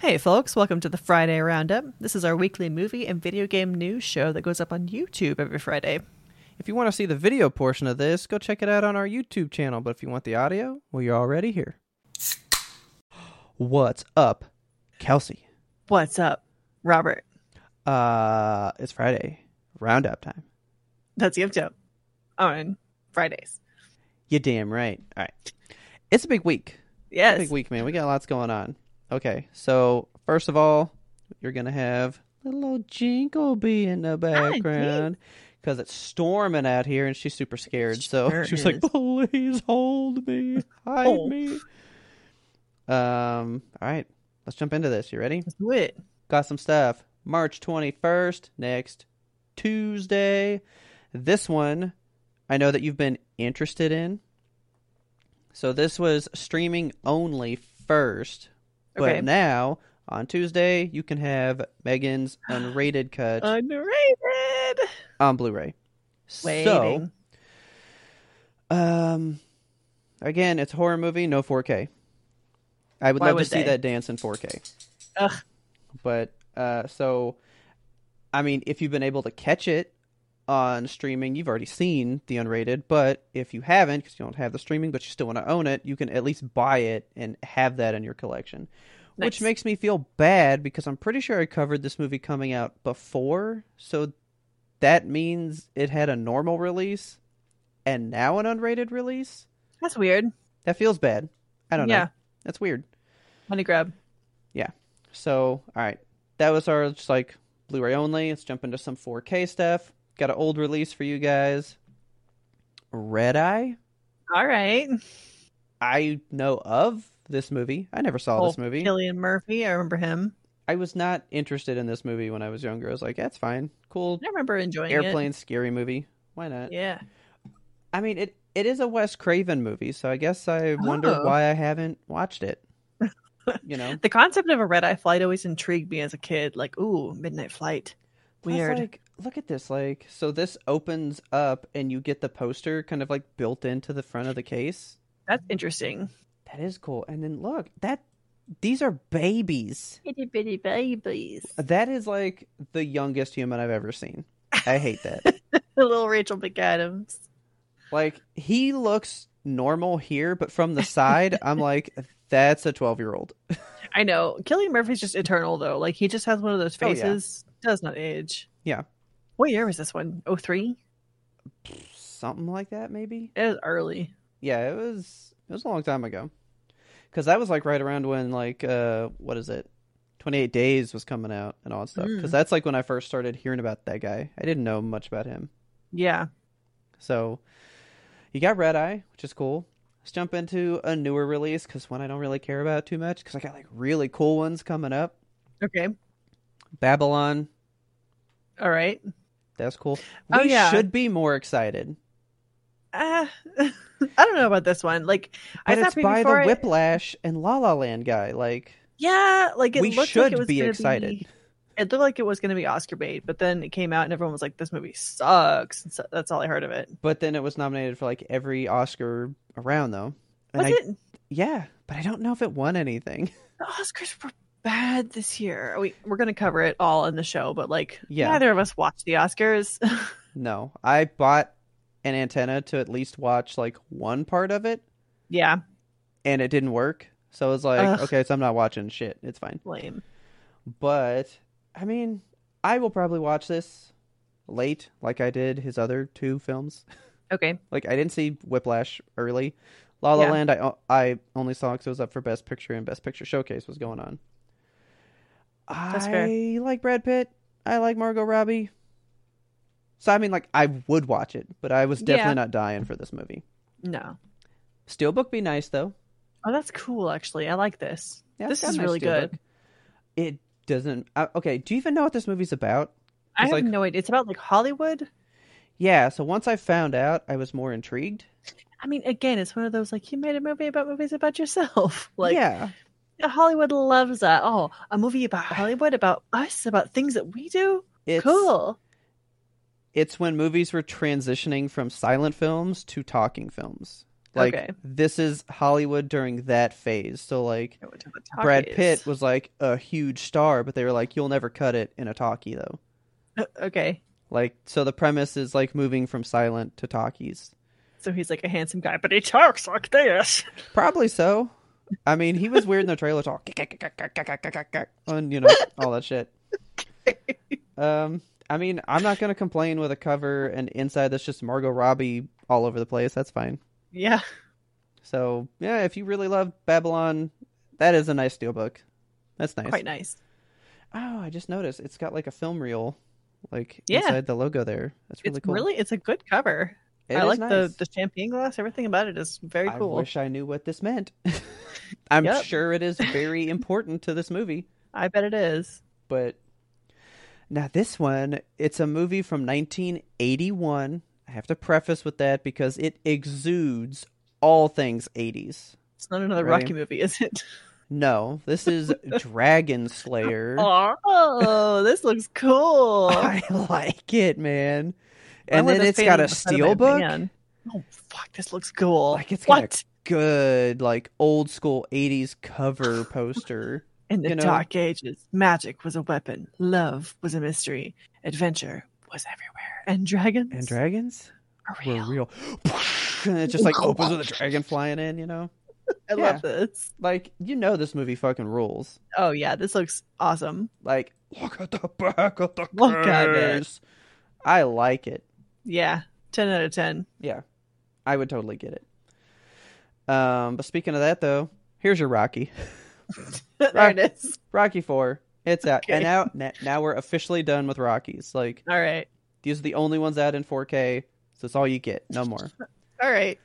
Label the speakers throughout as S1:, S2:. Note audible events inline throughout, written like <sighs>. S1: Hey, folks, welcome to the Friday Roundup. This is our weekly movie and video game news show that goes up on YouTube every Friday.
S2: If you want to see the video portion of this, go check it out on our YouTube channel. But if you want the audio, well, you're already here. What's up, Kelsey?
S1: What's up, Robert?
S2: Uh, it's Friday, roundup time.
S1: That's Yip Jump on Fridays.
S2: You damn right. All right, it's a big week.
S1: Yes.
S2: Big week, man. We got lots going on. Okay, so first of all, you're gonna have little old Jingle Bee in the background because it's storming out here, and she's super scared. so
S1: sure
S2: <laughs> she was like,
S1: is. Oh.
S2: "Please hold me, hide
S1: Hold.
S2: me." Um. All right, let's jump into this. You ready?
S1: Do it.
S2: Got some stuff. March 21st, next Tuesday. This one I know that you've been interested in. So this was streaming only first. But
S1: Okay.
S2: now, on Tuesday, you can have
S1: <gasps>
S2: Megan's unrated cut
S1: Uh, Underrated.
S2: on Blu ray. So,
S1: Waiting.
S2: um, again, it's a horror movie, no 4K. I would
S1: Why
S2: love
S1: would
S2: to see
S1: they?
S2: that dance in 4K.
S1: Ugh.
S2: but uh so i mean if you've been able to catch it on streaming you've already seen the unrated but if you haven't because you don't have the streaming but you still want to own it you can at least buy it and have that in your collection which
S1: Nice.
S2: makes me feel bad because i'm pretty sure i covered this movie coming out before so that means it had a normal release and now an unrated release
S1: That's weird.
S2: that feels bad i don't
S1: Yeah.
S2: know that's weird
S1: Money grab.
S2: so, all right, that was our just like Blu-ray only. Let's jump into some 4K stuff. Got an old release for you guys. Red Eye.
S1: All right.
S2: I know of this movie. I never saw this
S1: Oh,
S2: movie.
S1: Cillian Murphy. I remember him.
S2: I was not interested in this movie when I was younger. I was like, that's fine, cool
S1: I remember enjoying it.
S2: airplane scary movie. Why not?
S1: Yeah.
S2: I mean, it it is a Wes Craven movie, so I guess I wonder
S1: Oh.
S2: why I haven't
S1: <laughs>
S2: watched it. you know,
S1: The concept of a red eye flight always intrigued me as a kid. Like, ooh, midnight flight.
S2: Plus,
S1: Weird.
S2: like, look at this. Like, so this opens up, and you get the poster kind of like built into the front of the case.
S1: That's interesting.
S2: That is cool. And then look, that these are babies.
S1: Itty bitty babies.
S2: That is like the youngest human I've ever seen. I hate that.
S1: <laughs> Little Rachel McAdams.
S2: like, he looks normal here, but from the side, I'm like, that's a 12 year old.
S1: I know. Killian Murphy's just eternal though. Like he just has one of those
S2: Oh, yeah.
S1: faces. Does not age.
S2: Yeah.
S1: What year was this one? Oh three?
S2: Something like that, maybe.
S1: It was early.
S2: Yeah, it was it was a long time ago. Cuz that was like right around when like uh what is it? 28 Days was coming out and all that stuff.
S1: Mm.
S2: Cuz that's like when I first started hearing about that guy. I didn't know much about him.
S1: Yeah.
S2: So you got Red Eye, which is cool. Let's jump into a newer release cuz one I don't really care about too much cuz I got like really cool ones coming up.
S1: Okay.
S2: Babylon,
S1: All right.
S2: that's cool. We
S1: Oh, yeah.
S2: should be more excited.
S1: Uh, <laughs> I don't know about this one. Like
S2: But
S1: I
S2: it's
S1: stopped
S2: by the
S1: before it.
S2: Whiplash and La La Land guy. Like
S1: Yeah, like it
S2: we
S1: looked
S2: should
S1: like it was
S2: be
S1: gonna
S2: excited.
S1: Be, it looked like it was going to be Oscar bait, but then it came out and everyone was like, "This movie sucks." And so, that's all I heard of it.
S2: But then it was nominated for like every Oscar around though. And
S1: Was
S2: I,
S1: it?
S2: Yeah, but I don't know if it won anything. <laughs>
S1: The Oscars were bad this year. We we're going to cover it all in the show, but like
S2: Yeah.
S1: neither of us watched the Oscars. <laughs>
S2: no, I bought an antenna to at least watch like one part of it,
S1: yeah,
S2: and it didn't work. So I was like,
S1: Ugh.
S2: okay, so I'm not watching shit. It's fine.
S1: lame.
S2: But I mean, I will probably watch this late, like I did his other two films.
S1: Okay.
S2: Like I didn't see Whiplash early. La La
S1: Yeah.
S2: Land, I o- I only saw because it was up for Best Picture and Best Picture Showcase was going on.
S1: That's
S2: I
S1: fair.
S2: like Brad Pitt. I like Margot Robbie. So I mean, like I would watch it, but I was definitely
S1: Yeah.
S2: not dying for this movie.
S1: No.
S2: Steelbook be nice though.
S1: Oh, that's cool. Actually, I like this.
S2: Yeah,
S1: this
S2: it's got a
S1: is
S2: nice
S1: really good.
S2: Steelbook. It doesn't. I, okay, do you even know what this movie's about?
S1: I have
S2: like-
S1: no idea. It's about like Hollywood.
S2: Yeah, so once I found out, I was more intrigued.
S1: I mean, again, it's one of those like you made a movie about movies about yourself. <laughs> Like
S2: yeah,
S1: Hollywood loves that. Oh, a movie about Hollywood, about us, about things that we do.
S2: it's
S1: cool.
S2: It's when movies were transitioning from silent films to talking films. Like
S1: Okay.
S2: this is Hollywood during that phase. So like
S1: I went to the talkies.
S2: Brad Pitt was like a huge star, but they were like, "You'll never cut it in a talkie, though."
S1: Uh, Okay,
S2: Like, so the premise is like moving from silent to talkies.
S1: so he's like a handsome guy, but he talks like this. <laughs>
S2: Probably so. I mean, he was weird in the trailer talk, and you know all that
S1: <laughs>
S2: shit. Um, I mean, I'm not gonna complain with a cover and inside that's just Margot Robbie all over the place. That's fine.
S1: Yeah.
S2: So yeah, if you really love Babylon, that is a nice steelbook. That's nice.
S1: quite nice.
S2: Oh, I just noticed it's got like a film reel, like
S1: Yeah.
S2: inside the logo there. That's really
S1: it's
S2: cool.
S1: really it's a good cover.
S2: It
S1: I
S2: is
S1: like
S2: nice.
S1: the the champagne glass. Everything about it is very cool.
S2: I wish I knew what this meant. <laughs> I'm
S1: Yep.
S2: sure it is
S1: <laughs>
S2: very important to this movie,
S1: I bet it is.
S2: but now this one, it's a movie from 1981. I have to preface with that because it exudes all things 80s.
S1: It's not another
S2: Right.
S1: Rocky movie, is it?
S2: No,
S1: <laughs>
S2: this is Dragon Slayer.
S1: Oh, this looks cool. <laughs>
S2: <laughs> I like it, man.
S1: I
S2: And
S1: was
S2: then it's got
S1: fan
S2: a
S1: of Spider-Man
S2: steel book.
S1: fan. Oh fuck, this looks cool.
S2: Like, it's got a
S1: what
S2: Good, like old school 80s
S1: <gasps>
S2: cover poster.
S1: in the
S2: you know-
S1: dark ages, magic was a weapon, love was a mystery, adventure was everywhere, and dragons
S2: and dragons?
S1: are
S2: were
S1: real.
S2: real. And it just like opens with a dragon flying in, you know?
S1: I love this.
S2: Like, you know this movie fucking rules.
S1: Oh yeah, this looks awesome.
S2: Like, look at the back of the
S1: Look at it.
S2: curse. I like it.
S1: Yeah, ten out of ten. <laughs>
S2: Yeah. I would totally get it. Um, but speaking of that though, here's your Rocky.
S1: there
S2: Right.
S1: it is.
S2: Rocky four. It's out.
S1: Okay.
S2: And now na- now we're officially done with Rockies. Like,
S1: All right,
S2: these are the only ones out in four K, so it's all you get. No more.
S1: all right.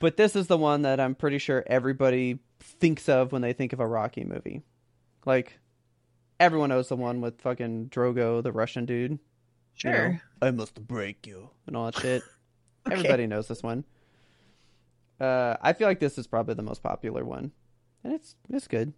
S2: But this is the one that I'm pretty sure everybody thinks of when they think of a Rocky movie. Like everyone knows the one with fucking Drogo, the Russian dude. you know,
S1: Sure. <laughs>
S2: I must break you and all that <laughs> shit.
S1: Okay.
S2: Everybody knows this one. Uh, I feel like this is probably the most popular one, and it's it's good.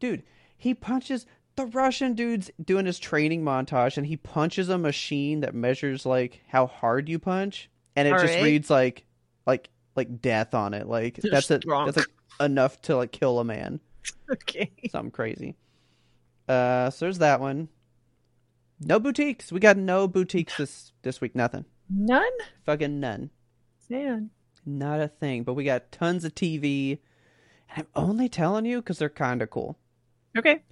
S2: Dude, he punches the Russian dude's doing his training montage, and he punches a machine that measures like how hard you punch, and it
S1: All
S2: just
S1: right.
S2: reads like like like death on it. Like
S1: You're
S2: that's it.
S1: strong.
S2: That's like enough to like kill a man.
S1: Okay.
S2: Something crazy. Uh, so there's that one. No boutiques. We got no boutiques this this week. Nothing.
S1: None?
S2: Fucking none.
S1: Man.
S2: Not a thing. But we got tons of TV. And I'm only telling you because they're kind of cool.
S1: Okay.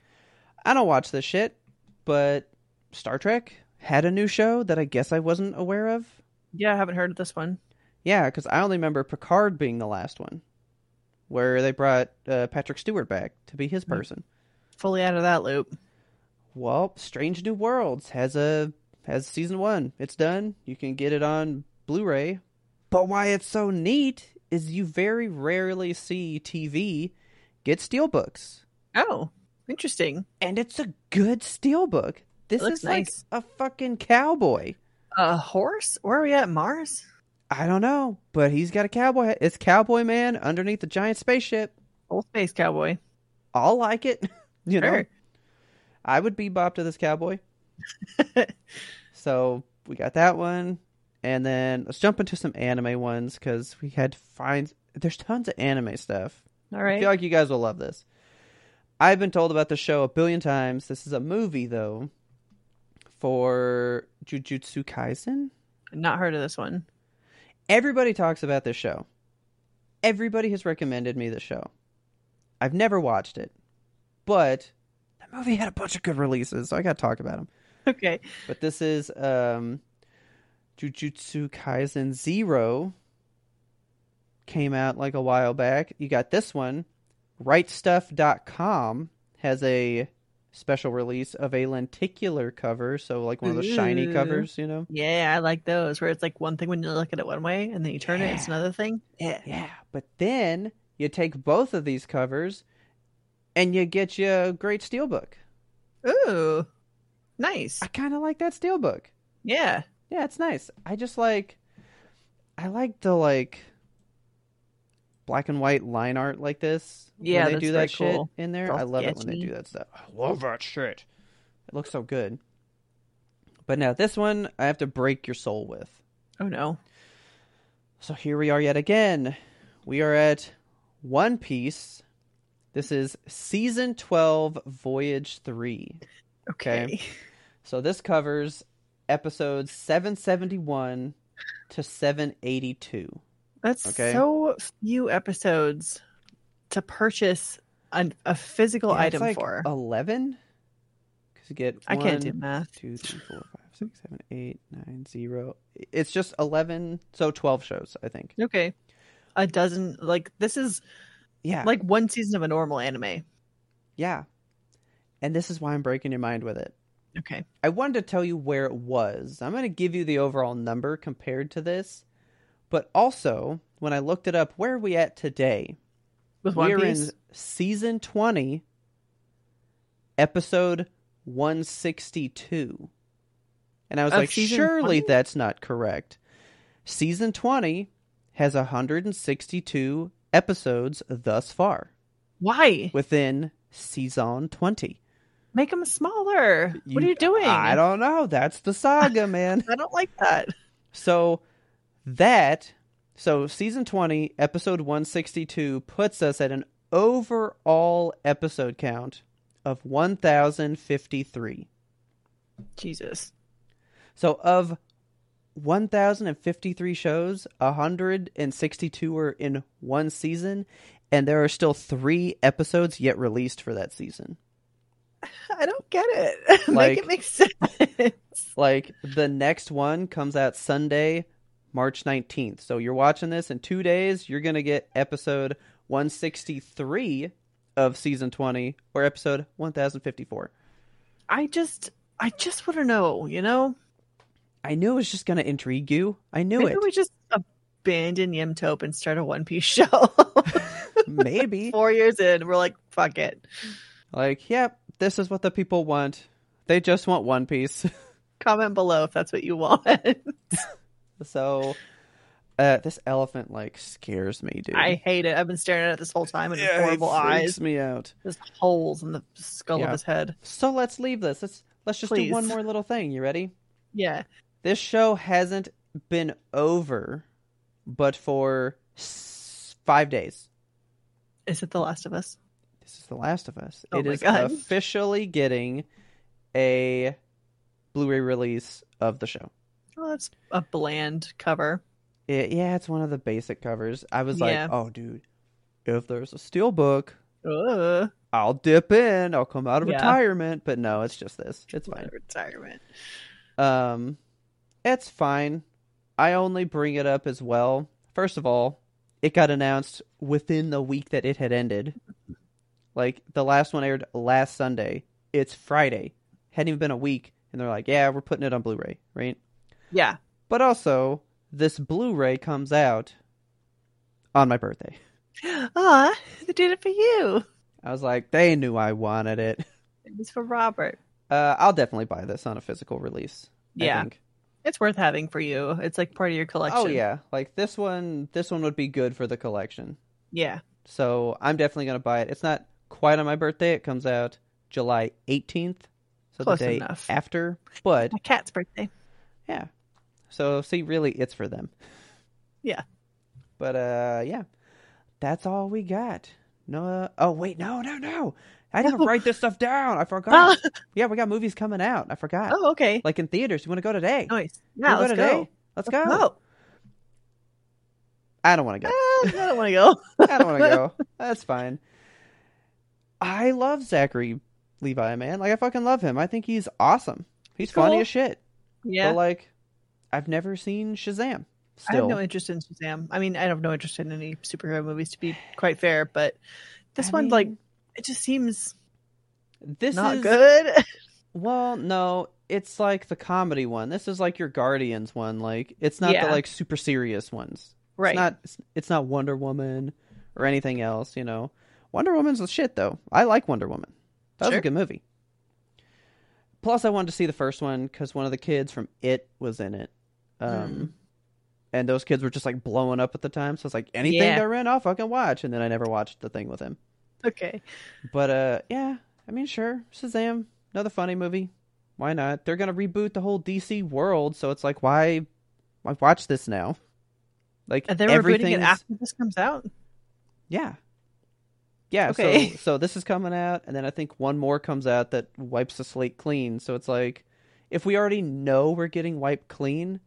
S2: I don't watch this shit, but Star Trek had a new show that I guess I wasn't aware of.
S1: Yeah, I haven't heard of this one.
S2: Yeah, because I only remember Picard being the last one, where they brought uh, Patrick Stewart back to be his person.
S1: Fully out of that loop.
S2: Well, Strange New Worlds has a has season one. It's done. You can get it on Blu-ray. But why it's so neat is you very rarely see TV get steelbooks.
S1: Oh, interesting.
S2: And it's a good steelbook. This
S1: looks
S2: is like
S1: nice.
S2: a fucking cowboy.
S1: A horse? Where are we at? Mars?
S2: I don't know, but he's got a cowboy hat. It's Cowboy Man underneath the giant spaceship.
S1: Old space cowboy.
S2: I'll like it. <laughs> you know,
S1: Sure.
S2: I would bebop to
S1: <laughs>
S2: this cowboy. so we got that one, and then let's jump into some anime ones because we had to find. There's tons of anime stuff.
S1: All
S2: I
S1: right.
S2: feel like you guys will love this. I've been told about this show a billion times. This is a movie though, for Jujutsu Kaisen.
S1: Not heard of this one. <laughs>
S2: Everybody talks about this show. Everybody has recommended me this show. I've never watched it, but that movie had a bunch of good releases, so I got to talk about them.
S1: Okay.
S2: But this is um, Jujutsu Kaisen Zero. Came out like a while back. You got this one. RightStuff.com has a special release of a lenticular cover, so like one of those shiny
S1: Ooh.
S2: covers, you know?
S1: Yeah, I like those where it's like one thing when you look at it one way and then you turn it, it's
S2: Yeah.
S1: another thing. Yeah.
S2: Yeah, but then you take both of these covers and you get you a great steelbook.
S1: Ooh, nice.
S2: I kind of like that steelbook.
S1: Yeah.
S2: Yeah, it's nice. I just like, I like the like black and white line art like this. when
S1: Yeah,
S2: they
S1: that's
S2: do
S1: very
S2: that shit
S1: cool.
S2: in there.
S1: It's all
S2: I love it when they
S1: sketchy.
S2: do that stuff. I love that shit. It looks so good. But now this one, I have to break your soul with.
S1: Oh no.
S2: So here we are yet again. We are at One Piece. This is season 12, Voyage 3.
S1: Okay.
S2: So this covers episodes 771 to 782.
S1: That's
S2: Okay.
S1: so few episodes to purchase an, a physical
S2: Yeah, it's
S1: item
S2: like
S1: for.
S2: 11? Because you get
S1: I can't do
S2: one,
S1: math.
S2: two, three, four, five, six, seven, eight, nine, zero. It's just 11, so 12 shows, I think.
S1: Okay. A dozen like this is
S2: Yeah.
S1: like one season of a normal anime.
S2: yeah. And this is why I'm breaking your mind with it.
S1: Okay.
S2: I wanted to tell you where it was. I'm going to give you the overall number compared to this, but also when I looked it up, where are we at today?
S1: With One
S2: We're
S1: Piece.
S2: in season 20, episode 162. And I was
S1: Of
S2: like,
S1: season 20?
S2: surely that's not correct. Season 20 has 162 episodes thus far
S1: Why?
S2: within season 20.
S1: Make them smaller. what are you doing?
S2: I don't know. That's
S1: <laughs>
S2: the saga, man.
S1: I don't like that.
S2: So that so season 20 episode 162 puts us at an overall episode count of 1053.
S1: Jesus.
S2: So of 1053 shows, 162 were in one season and there are still 3 episodes yet released for that season.
S1: I don't get it. <laughs>
S2: Like-
S1: make it make sense.
S2: Like the next one comes out Sunday, March 19th. So you're watching this in 2 days, you're going to get episode 163 of season 20 or episode 1054.
S1: I just I just want to know, you know?
S2: I knew it was just going to intrigue you. I knew
S1: Maybe
S2: it.
S1: we just abandon Yemtope and start a One Piece <laughs> show.
S2: Maybe.
S1: Four years in, we're like, fuck it.
S2: Like, yep, this is what the people want. They just want One Piece. <laughs>
S1: Comment below if that's what you want. <laughs>
S2: so uh this elephant like scares me, dude.
S1: I hate it. I've been staring at it this whole time and his
S2: Yeah, he
S1: horrible
S2: freaks
S1: eyes.
S2: me out.
S1: There's holes in the skull
S2: Yeah.
S1: of his head.
S2: So let's leave this. Let's let's just
S1: Please.
S2: do one more little thing. You ready?
S1: Yeah.
S2: This show hasn't been over, but for s- five days.
S1: Is it The Last of Us?
S2: This is The Last of Us.
S1: Oh
S2: it
S1: my
S2: is
S1: God.
S2: officially getting a Blu-ray release of the show.
S1: Oh, that's a bland cover.
S2: It, yeah, it's one of the basic covers. I was
S1: Yeah.
S2: like, oh, dude, if there's a steel book,
S1: Ugh.
S2: I'll dip in. I'll come out of
S1: Yeah.
S2: retirement. But no, it's just this. It's
S1: What a
S2: fine.
S1: Retirement.
S2: Um, it's fine. I only bring it up as well. First of all, it got announced within the week that it had ended. Like the last one aired last Sunday. It's Friday. Hadn't even been a week, and they're like, "Yeah, we're putting it on Blu-ray." Right.
S1: Yeah.
S2: But also, this Blu-ray comes out on my birthday.
S1: Ah, they did it for you.
S2: I was like, they knew I wanted it.
S1: It was for Robert.
S2: Uh, I'll definitely buy this on a physical release. I
S1: Yeah.
S2: think.
S1: It's worth having for you. It's like part of your collection.
S2: Oh yeah, like this one. This one would be good for the collection.
S1: Yeah.
S2: So I'm definitely gonna buy it. It's not quite on my birthday. It comes out July 18th, so
S1: Close
S2: the day
S1: enough.
S2: after. But
S1: My cat's birthday.
S2: yeah, so see, really, it's for them.
S1: Yeah.
S2: But uh, yeah, that's all we got. No. Uh, oh wait, no, no, no. I didn't
S1: No.
S2: write this stuff down. I forgot.
S1: Ah,
S2: yeah, we got movies coming out. I forgot.
S1: oh, okay.
S2: Like in theaters. You want to go today?
S1: Nice.
S2: You
S1: Yeah,
S2: wanna
S1: let's
S2: go
S1: go.
S2: today? Let's go.
S1: Oh, Ah,
S2: I don't want to go.
S1: I don't want to <laughs> go.
S2: I don't want to go. That's fine. I love Zachary Levi, man. Like I fucking love him. I think he's awesome. He's,
S1: He's
S2: funny
S1: cool.
S2: as shit.
S1: Yeah.
S2: But like, I've never seen Shazam.
S1: I have
S2: Still,
S1: no interest in Shazam. I mean, I have no interest in any superhero movies, to be quite fair. But this
S2: I
S1: one, like,
S2: mean,
S1: it just seems
S2: this
S1: not
S2: is
S1: good. <laughs>
S2: well, no, it's like the comedy one. This is like your Guardians one. Like it's not
S1: Yeah.
S2: the like super serious ones.
S1: right?
S2: It's not. It's, it's not Wonder Woman or anything else. You know, Wonder Woman's the shit though. I like Wonder Woman. That was
S1: Sure.
S2: a good movie. Plus, I wanted to see the first one because one of the kids from It was in it. Um,
S1: Hmm.
S2: And those kids were just like blowing up at the time. So it's like, anything
S1: Yeah.
S2: that ran off, I can watch. And then I never watched the thing with him.
S1: Okay.
S2: But uh, yeah, I mean, sure. Shazam, another funny movie. Why not? They're going to reboot the whole DC world. So it's like, why, why watch this now? Like,
S1: And they were reading it
S2: everything's-
S1: after this comes out.
S2: yeah. Yeah,
S1: Okay. <laughs>
S2: so so this is coming out and then I think one more comes out that wipes the slate clean. So it's like if we already know we're getting wiped clean,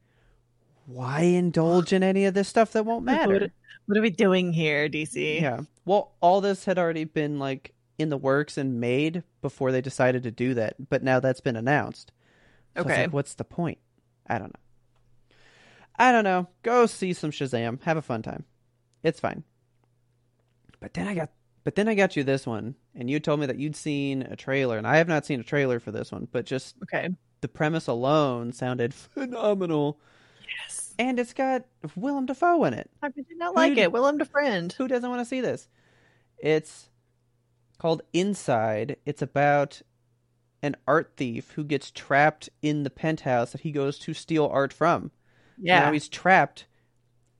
S2: why indulge in any of this stuff that won't
S1: Like, What,
S2: matter?
S1: what are we doing here, DC?
S2: Yeah. Well, all this had already been like in the works and made before they decided to do that, but now that's been announced. So it's
S1: Okay.
S2: like, what's the point? I don't know. I don't know. Go see some Shazam. Have a fun time. It's fine. But then I got but then I got you this one and you told me that you'd seen a trailer and I have not seen a trailer for this one, but just
S1: Okay.
S2: the premise alone sounded <laughs> phenomenal.
S1: Yes.
S2: And it's got Willem Dafoe in it.
S1: I did not like
S2: Who'd-
S1: it. Willem to friend.
S2: Who doesn't want to see this? It's called Inside. It's about an art thief who gets trapped in the penthouse that he goes to steal art from.
S1: Yeah.
S2: Now he's trapped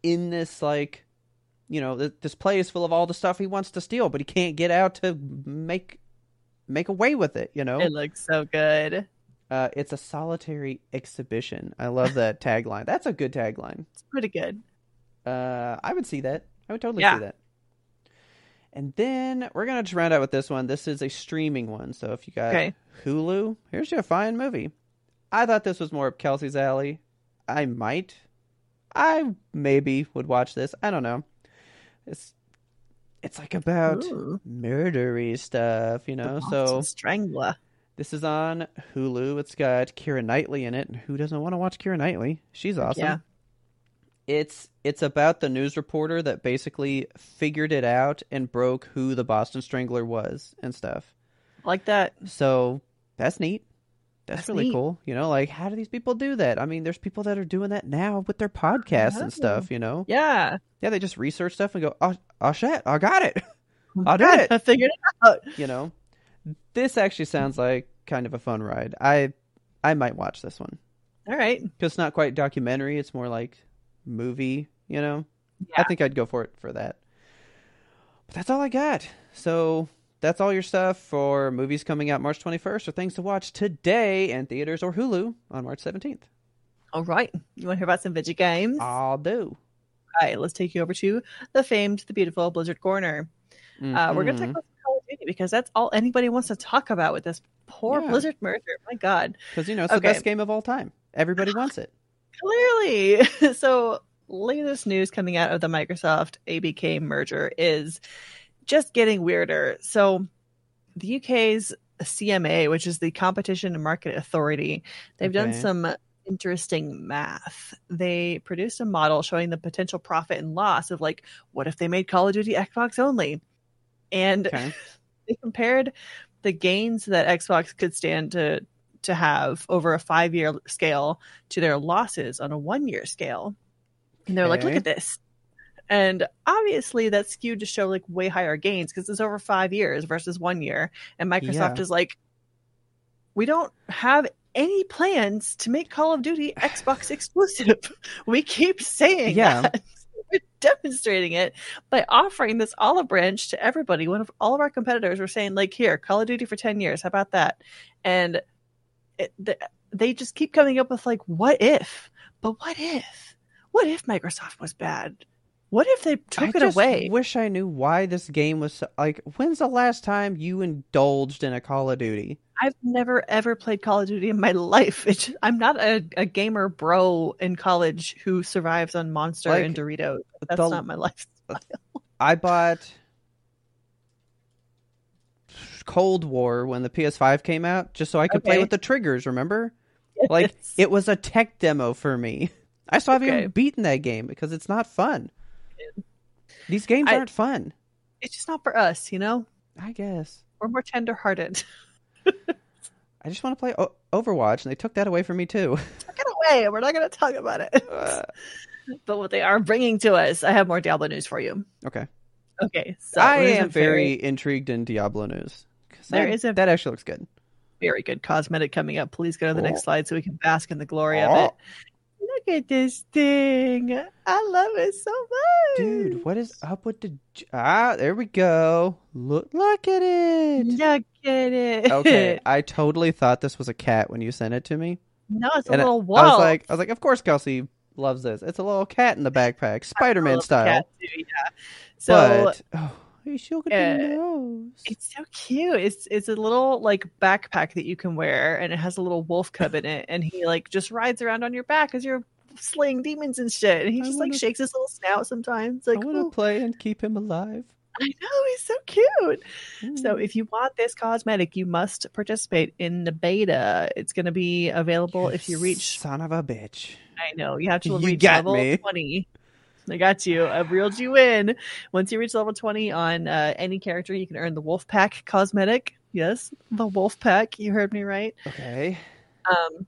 S2: in this like, you know, th- this place full of all the stuff he wants to steal, but he can't get out to make make away with it. You know,
S1: It looks so good.
S2: uh, it's a solitary exhibition. I love that tagline. That's a good tagline.
S1: It's pretty good.
S2: Uh, I would see that. I would totally
S1: Yeah.
S2: see that. And then we're gonna just round out with this one. This is a streaming one, so if you got
S1: Okay.
S2: Hulu, here's your fine movie. I thought this was more up Kelsey's alley. I might, I maybe would watch this. I don't know. It's it's like about
S1: Ooh.
S2: murdery stuff, you
S1: The
S2: know.
S1: Boston
S2: So
S1: Strangler.
S2: this is on Hulu. It's got Kira Knightley in it, and who doesn't want to watch Kira Knightley? She's awesome.
S1: yeah.
S2: It's it's about the news reporter that basically figured it out and broke who the Boston Strangler was and stuff.
S1: Like that.
S2: So that's neat. That's,
S1: That's
S2: really
S1: neat.
S2: cool. You know, like how do these people do that? I mean, there's people that are doing that now with their podcasts
S1: know.
S2: and stuff, you know?
S1: Yeah.
S2: Yeah, they just research stuff and go, oh, oh shit, I got it. <laughs> I did
S1: God,
S2: it
S1: I figured it out.
S2: you know this actually sounds like kind of a fun ride i i might watch this one
S1: All right.
S2: because it's not quite documentary it's more like movie you know i
S1: Yeah.
S2: think i'd go for it for that but that's all i got so that's all your stuff for movies coming out march 21st or things to watch today in theaters or hulu on march 17th
S1: All right. You want to hear about some video games?
S2: i'll do
S1: All right, let's take you over to the famed, the beautiful Blizzard Corner. Uh, we're going to talk
S2: Mhm.
S1: about Call of Duty because that's all anybody wants to talk about with this poor
S2: Yeah.
S1: Blizzard merger. My God,
S2: Mm-hmm. 'Cause, you know it's
S1: Okay. Ah,
S2: the best game of all time everybody wants it
S1: clearly. <laughs> so, latest news coming out of the Microsoft ABK merger is just getting weirder. So, the UK's CMA, which is the Competition and Market Authority, they've done
S2: Okay.
S1: some interesting math. They produced a model showing the potential profit and loss of like, what if they made Call of Duty Xbox only? And
S2: okay
S1: they compared the gains that Xbox could stand to to have over a five year scale to their losses on a one year scale. And they're like, look
S2: Okay.
S1: at this. And obviously that's skewed to show like way higher gains because it's over five years versus one year. And Microsoft
S2: Yeah.
S1: is like, we don't have any plans to make Call of Duty
S2: <laughs>
S1: Xbox exclusive. we keep saying
S2: Yeah.
S1: that. <laughs> We're demonstrating it by offering this olive branch to everybody. One of all of our competitors were saying, like, here, Call of Duty for 10 years. How about that? And it, th- they just keep coming up with, like, what if? But what if? What if Microsoft was bad? What if they took
S2: I
S1: it
S2: just
S1: away?
S2: Wish I knew why this game was so, like. When's the last time you indulged in a Call of Duty?
S1: I've never ever played Call of Duty in my <laughs> life. It just- I'm not a, a gamer bro in college who survives on Monster
S2: Like,
S1: and Doritos. That's
S2: the- uh,
S1: not my life. <laughs>
S2: I bought Cold War when the PS5 came out, just so I could play
S1: Okay.
S2: with the
S1: <laughs>
S2: triggers. Remember, like
S1: It's-
S2: it was a tech demo for me. I still haven't
S1: Okay.
S2: even beaten that game because it's not fun. These games
S1: I-
S2: aren't fun.
S1: it's just not for us, you know?
S2: I guess.
S1: We're more tender <laughs> hearted.
S2: I just want to play o- Overwatch, and they took that away from
S1: <laughs>
S2: me too.
S1: Get away. We're not going to talk about it.
S2: Uh,
S1: <laughs> but what they are bringing to us. I have more Diablo news for you.
S2: okay.
S1: Okay, so
S2: <laughs> I
S1: there's a
S2: am very intrigued in Diablo news. 'Cause
S1: There
S2: that-
S1: is a-
S2: that actually looks good.
S1: very good cosmetic coming up. Please go to the
S2: Oh.
S1: next slide so we can bask in the glory of it. Look at this thing. I love it so much.
S2: Dude, what is up with the j- ah? There we go. Look, look at it.
S1: Look at it. <laughs>
S2: Okay, I totally thought this was a cat when you sent it to me.
S1: No, it's a
S2: And
S1: little
S2: I
S1: wall.
S2: was like, I was like, of course Kelsey loves this. It's a little cat in the backpack, Spider Man style.
S1: yeah. So
S2: but oh, you sure could do
S1: uh,
S2: nose.
S1: It's so cute. It's it's a little like backpack that you can wear, and it has a little wolf cub in it, and he like just rides around on your back as you're slaying demons and shit. And he
S2: I
S1: just
S2: wanna-
S1: like shakes his little snout sometimes.
S2: I
S1: Like,
S2: want to
S1: "Ooh,
S2: play and keep him alive.
S1: I know he's so cute. So
S2: Mm.
S1: if you want this cosmetic, you must participate in the beta. It's going to be available if you reach.
S2: son of a bitch.
S1: I know you have to
S2: You
S1: reach
S2: got
S1: level
S2: me.
S1: twenty. I got you. I've reeled you in. Once you reach level twenty on uh, any character, you can earn the wolf pack cosmetic. Yes, the wolf pack. You heard me right.
S2: Okay.
S1: Um,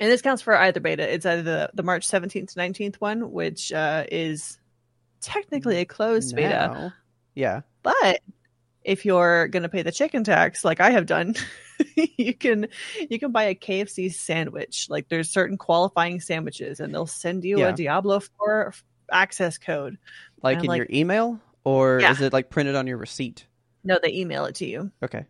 S1: and this counts for either beta. It's either the, the March seventeenth to nineteenth one, which uh, is technically a closed beta.
S2: Now- Yeah.
S1: But if you're going to pay the chicken tax, like I have done, <laughs> you can you can buy a KFC sandwich. Like there's certain qualifying sandwiches, and they'll send you
S2: Yeah.
S1: a Diablo Four access code.
S2: Like
S1: I'm
S2: in
S1: like-
S2: your email, or
S1: Yeah.
S2: is it like printed on your receipt?
S1: No, they email it to you.
S2: Okay.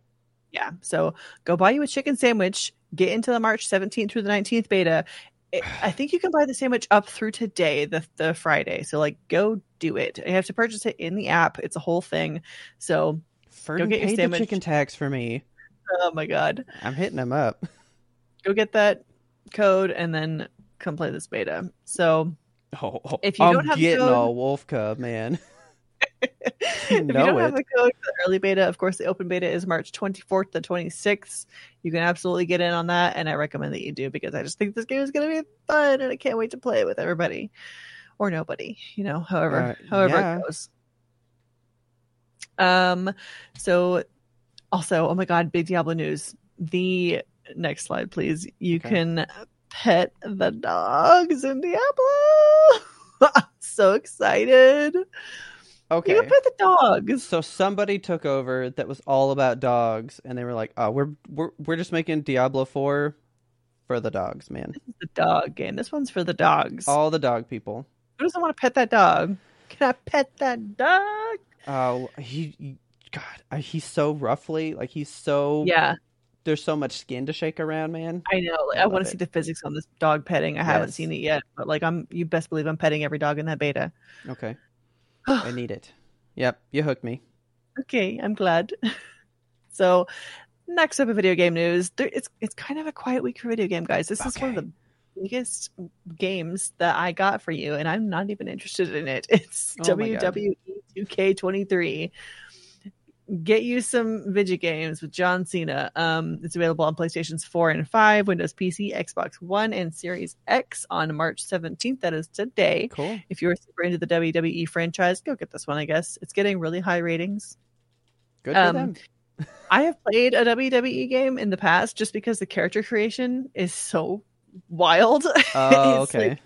S1: Yeah, so go buy you a chicken sandwich. Get into the March 17th through the 19th beta. It, I think you can buy the sandwich up through today, the the Friday. So like, go do it. You have to purchase it in the app. It's a whole thing. So,
S2: Fergie
S1: get your
S2: paid the
S1: sandwich.
S2: chicken tax for me.
S1: oh my god.
S2: I'm hitting him up.
S1: go get that code and then come play this beta. So
S2: Oh, oh,
S1: If you
S2: I'm
S1: don't have
S2: getting
S1: code-
S2: all wolf cub, man.
S1: <laughs> if you
S2: know
S1: don't have
S2: it.
S1: the code for the early beta, of course the open beta is March 24th to 26th. You can absolutely get in on that and I recommend that you do because I just think this game is going to be fun and I can't wait to play it with everybody or nobody, you know, however
S2: Uh,
S1: however
S2: yeah.
S1: it goes. Um so also, oh my god, big Diablo news. The next slide please. You
S2: Okay.
S1: can pet the dogs in <laughs> Diablo. so excited. You
S2: Okay.
S1: can pet the dogs.
S2: So somebody took over that was all about dogs, and they were like, "Oh, we're we're we're just making Diablo four for the dogs, man.
S1: The dog game. This one's for the dogs.
S2: All the dog people.
S1: Who doesn't want to pet that dog? Can I pet that dog?
S2: Oh, he, he- God, I- he's so roughly like he's so
S1: Yeah,
S2: There's so much skin to shake around, man.
S1: I know. Like,
S2: I
S1: I,
S2: love
S1: want
S2: it.
S1: to see the physics on this dog petting. I haven't
S2: Yes.
S1: seen it yet, but like I'm you best believe I'm petting every dog in that beta.
S2: Okay,
S1: <sighs>
S2: I need it. Yep, you hooked me.
S1: okay, I'm glad. <laughs> so next up in video game news, there, it's it's kind of a quiet week for video game guys. This is one of
S2: Okay.
S1: the biggest games that I got for you, and I'm not even interested in it. <laughs> It's E
S2: Oh my God.
S1: WWE 2K23. Get you some video games with John Cena. Um, it's available on PlayStation's 4 and 5, Windows PC, Xbox One, and Series X on March 17th. That is today.
S2: Cool.
S1: If you're super into the WWE franchise, go get this one, I guess. It's getting really high ratings.
S2: Good for
S1: Um,
S2: them.
S1: I have played a WWE game in the past just because the character creation is so wild, <laughs> <laughs>
S2: Oh,
S1: it's
S2: okay.
S1: like-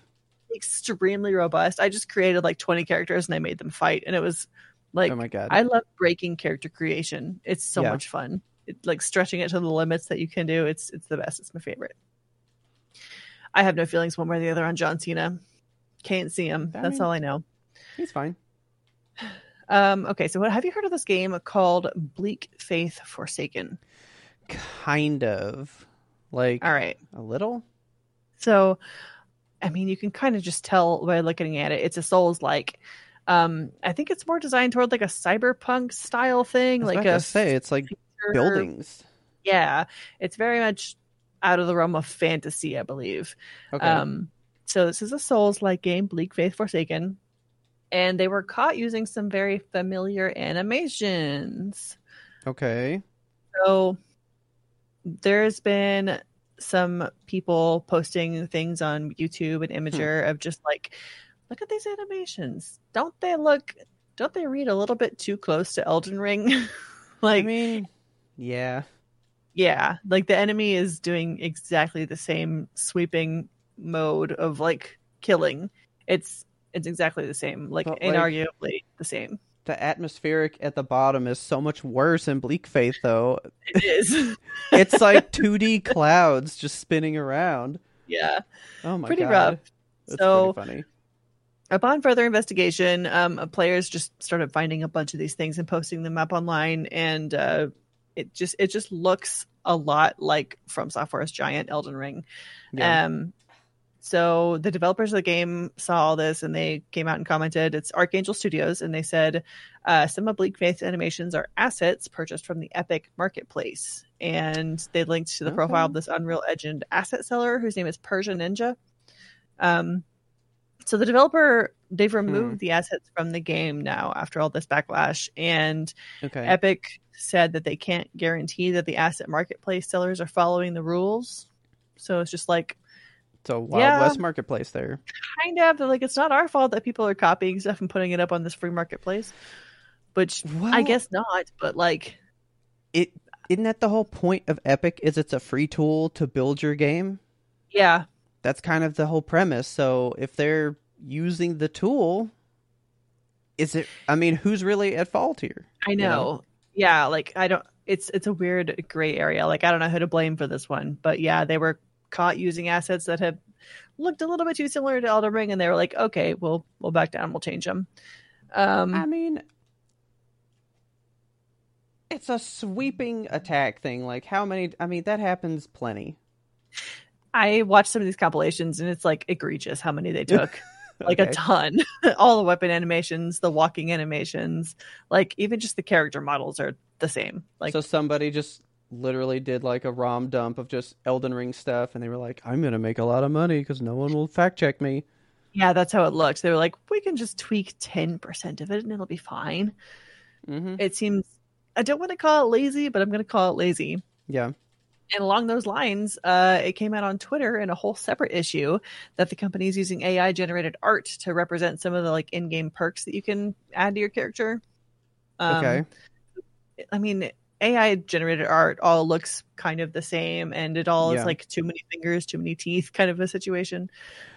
S1: extremely robust. I just created like 20 characters and I made them fight and it was like
S2: oh my god.
S1: I love breaking character creation. It's so
S2: Yeah.
S1: much fun. It, like stretching it to the limits that you can do. It's it's the best. It's my favorite. I have no feelings one way or the other on John Cena. Can't see him.
S2: I
S1: That's
S2: mean-
S1: all I know.
S2: He's fine.
S1: Um, okay, so what have you heard of this game called Bleak Faith Forsaken?
S2: Kind of. Like
S1: All right.
S2: a little.
S1: So, I mean, you can kind of just tell by looking at it. It's a Souls like. Um, I think it's more designed toward like a cyberpunk style thing,
S2: I was
S1: like
S2: about
S1: a
S2: to say it's like
S1: future-
S2: buildings.
S1: Yeah, it's very much out of the realm of fantasy, I believe.
S2: Okay.
S1: Um, so this is a Souls-like game, Bleak Faith Forsaken, and they were caught using some very familiar animations.
S2: okay.
S1: So there's been some people posting things on YouTube
S2: Hmm.
S1: and Imager of just like, look at these animations. Don't they look? Don't they read a little bit too close to Elden Ring? <laughs>
S2: I
S1: like,
S2: mean, yeah.
S1: yeah, like the enemy is doing exactly the same sweeping mode of like killing. It's it's exactly the same, like
S2: But, like-
S1: inarguably the same.
S2: the atmospheric at the bottom is so much worse in Bleak Faith, though. <laughs>
S1: It is. <laughs>
S2: It's like 2D clouds just spinning around.
S1: yeah.
S2: Oh my
S1: Pretty
S2: god,
S1: rough.
S2: That's
S1: So-
S2: pretty funny.
S1: Upon further investigation, um, players just started finding a bunch of these things and posting them up online, and uh, it just it just looks a lot like From Software's giant Elden Ring.
S2: Yeah.
S1: Um, so the developers of the game saw all this and they came out and commented. It's Archangel Studios, and they said uh, some of Bleak Faith Animations are assets purchased from the Epic Marketplace, and they linked to the profile
S2: Okay.
S1: of this Unreal Engine asset seller whose name is Persia Ninja. Um, so the developer they've removed
S2: Hmm.
S1: the assets from the game now after all this backlash, and
S2: okay.
S1: Epic said that they can't guarantee that the asset marketplace sellers are following the rules. So it's just like
S2: so Wild
S1: yeah.
S2: West Marketplace there.
S1: kind of like it's not our fault that people are copying stuff and putting it up on this free marketplace, which I
S2: Well-
S1: guess not. But like,
S2: It isn't that the whole point of Epic is it's a free tool to build your game.
S1: yeah,
S2: That's kind of the whole premise. So if they're using the tool, is it? I mean, who's really at fault here?
S1: I
S2: know?
S1: know. Yeah, like I don't. It's it's a weird gray area. Like I don't know who to blame for this one, but yeah, they were caught using assets that have looked a little bit too similar to Elden Ring, and they were like, okay, we'll we'll back down, we'll change them. Um,
S2: I mean, it's a sweeping attack thing. Like, how many? I mean, that happens plenty.
S1: I watched some of these compilations and it's like egregious how many they took. Like a
S2: Okay.
S1: ton. <laughs> All the weapon animations, the walking animations, like even just the character models are the same. Like
S2: so somebody just literally did like a ROM dump of just Elden Ring stuff, and they were like, "I'm gonna make a lot of money because no one will fact check me."
S1: yeah, that's how it looks. They were like, we can just tweak ten percent of it and it'll be fine.
S2: Mm-hmm.
S1: It seems I don't want to call it lazy, but I'm gonna call it lazy.
S2: Yeah.
S1: And along those lines, uh, it came out on Twitter in a whole separate issue that the company is using AI generated art to represent some of the like in-game perks that you can add to your character. Um,
S2: Okay.
S1: I mean, AI generated art all looks kind of the same, and it all
S2: Yeah.
S1: is like too many fingers, too many teeth, <laughs> kind of a situation.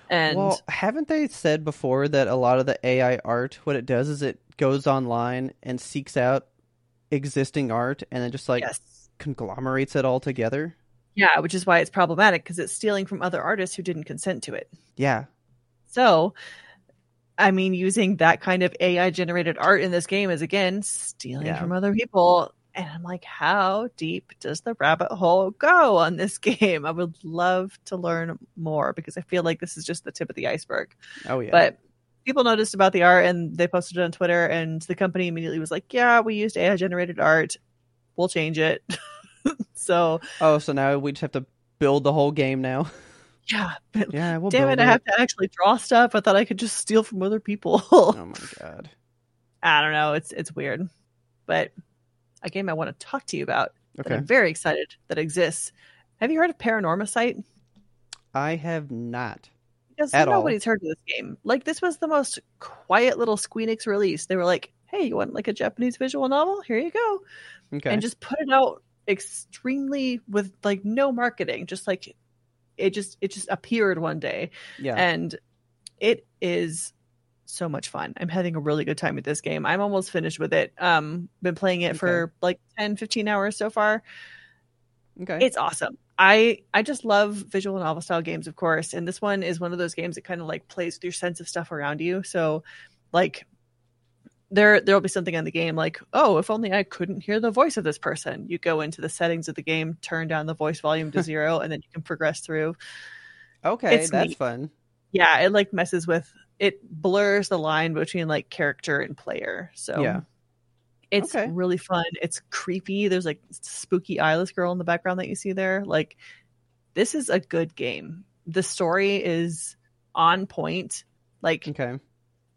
S1: And
S2: well, haven't they said before that a lot of the AI art, what it does is it goes online and seeks out existing art, and then just like
S1: yes,
S2: conglomerates it all together?
S1: yeah, which is why it's problematic because it's stealing from other artists who didn't consent to it.
S2: Yeah.
S1: So, I mean, using that kind of AI generated art in this game is again stealing
S2: Yeah.
S1: from other people. And I'm like, how deep does the rabbit hole go on this <laughs> game? I would love to learn more because I feel like this is just the tip of the iceberg.
S2: Oh yeah.
S1: But people noticed about the art and they posted it on Twitter, and the company immediately was like, "Yeah, we used AI generated art. We'll change it." <laughs> so
S2: Oh, so now we just have to build the whole game now. <laughs>
S1: yeah, but
S2: Yeah, we'll
S1: damn it,
S2: build
S1: I have to actually draw stuff. I thought I could just steal from other people.
S2: Oh my god.
S1: <laughs> I don't know. It's it's weird, but a game I want to talk to you about that
S2: Okay.
S1: I'm very excited that exists. Have you heard of Paranorma Site?
S2: I have not.
S1: Because
S2: At all.
S1: nobody's heard of this game. Like this was the most quiet little Squeenix release. They were like, "Hey, you want like a Japanese visual novel? Here you go."
S2: Okay.
S1: and just put it out extremely with like no marketing just like it just it just appeared one day
S2: yeah.
S1: and it is so much fun i'm having a really good time with this game i'm almost finished with it um been playing it for like 10 15 hours so far
S2: okay.
S1: it's awesome i i just love visual novel style games of course and this one is one of those games that kind of like plays with your sense of stuff around you so like there there'll be something on the game like oh if only i couldn't hear the voice of this person you go into the settings of the game turn down the voice volume to zero and then you can progress through
S2: okay,
S1: it's
S2: that's
S1: neat.
S2: fun.
S1: yeah it like messes with it blurs the line between like character and player so
S2: Yeah.
S1: it's
S2: Okay.
S1: really fun it's creepy there's like spooky eyeless girl in the background that you see there like this is a good game the story is on point like
S2: Okay.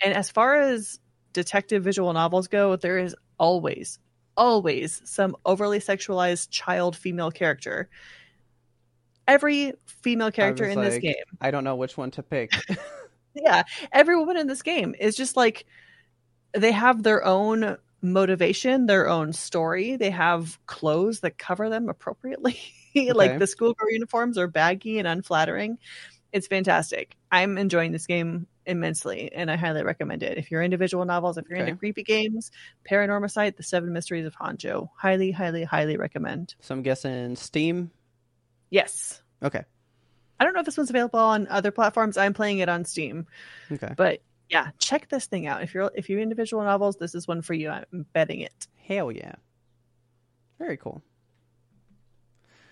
S1: and as far as detective visual novels go, there is always, always some overly sexualized child female character. Every female character
S2: was
S1: in this
S2: like-
S1: game,
S2: I don't know which one to pick.
S1: <laughs> yeah, every woman in this game is just like they have their own motivation, their own story. They have clothes that cover them appropriately. <laughs>
S2: Okay.
S1: like the schoolgirl uniforms are baggy and unflattering. It's fantastic. I'm enjoying this game immensely, and I highly recommend it. If you're into visual novels, if you're
S2: Okay.
S1: into creepy games, Paranormal Site, The Seven Mysteries of Hanjo, highly, highly, highly recommend.
S2: So I'm guessing Steam.
S1: Yes,
S2: Okay.
S1: I don't know if this one's available on other platforms. I'm playing it on Steam,
S2: Okay.
S1: but yeah, check this thing out. If you're if you're into visual novels, this is one for you. I'm betting it.
S2: Hell yeah. Very cool.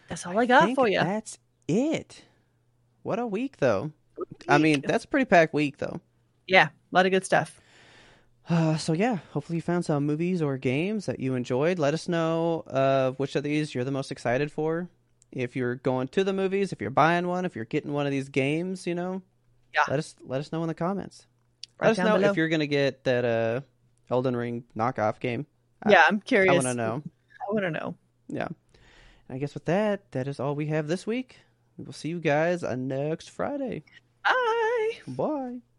S1: That's all I, got
S2: think
S1: for you.
S2: That's it. What a week, though. I mean, that's a pretty packed week, though.
S1: yeah, a lot of good stuff.
S2: Uh, so yeah, hopefully you found some movies or games that you enjoyed. Let us know uh, which of these you're the most excited for. If you're going to the movies, if you're buying one, if you're getting one of these games, you know,
S1: Yeah.
S2: Let us let us know in the comments.
S1: Right
S2: let us
S1: down
S2: know
S1: below.
S2: if you're gonna get that uh, Elden Ring knockoff game.
S1: yeah, I'm
S2: I
S1: curious.
S2: want to know.
S1: I want to know.
S2: Yeah. I guess with that, that is all we have this week. We will see you guys uh, next Friday.
S1: Bye.
S2: Bye.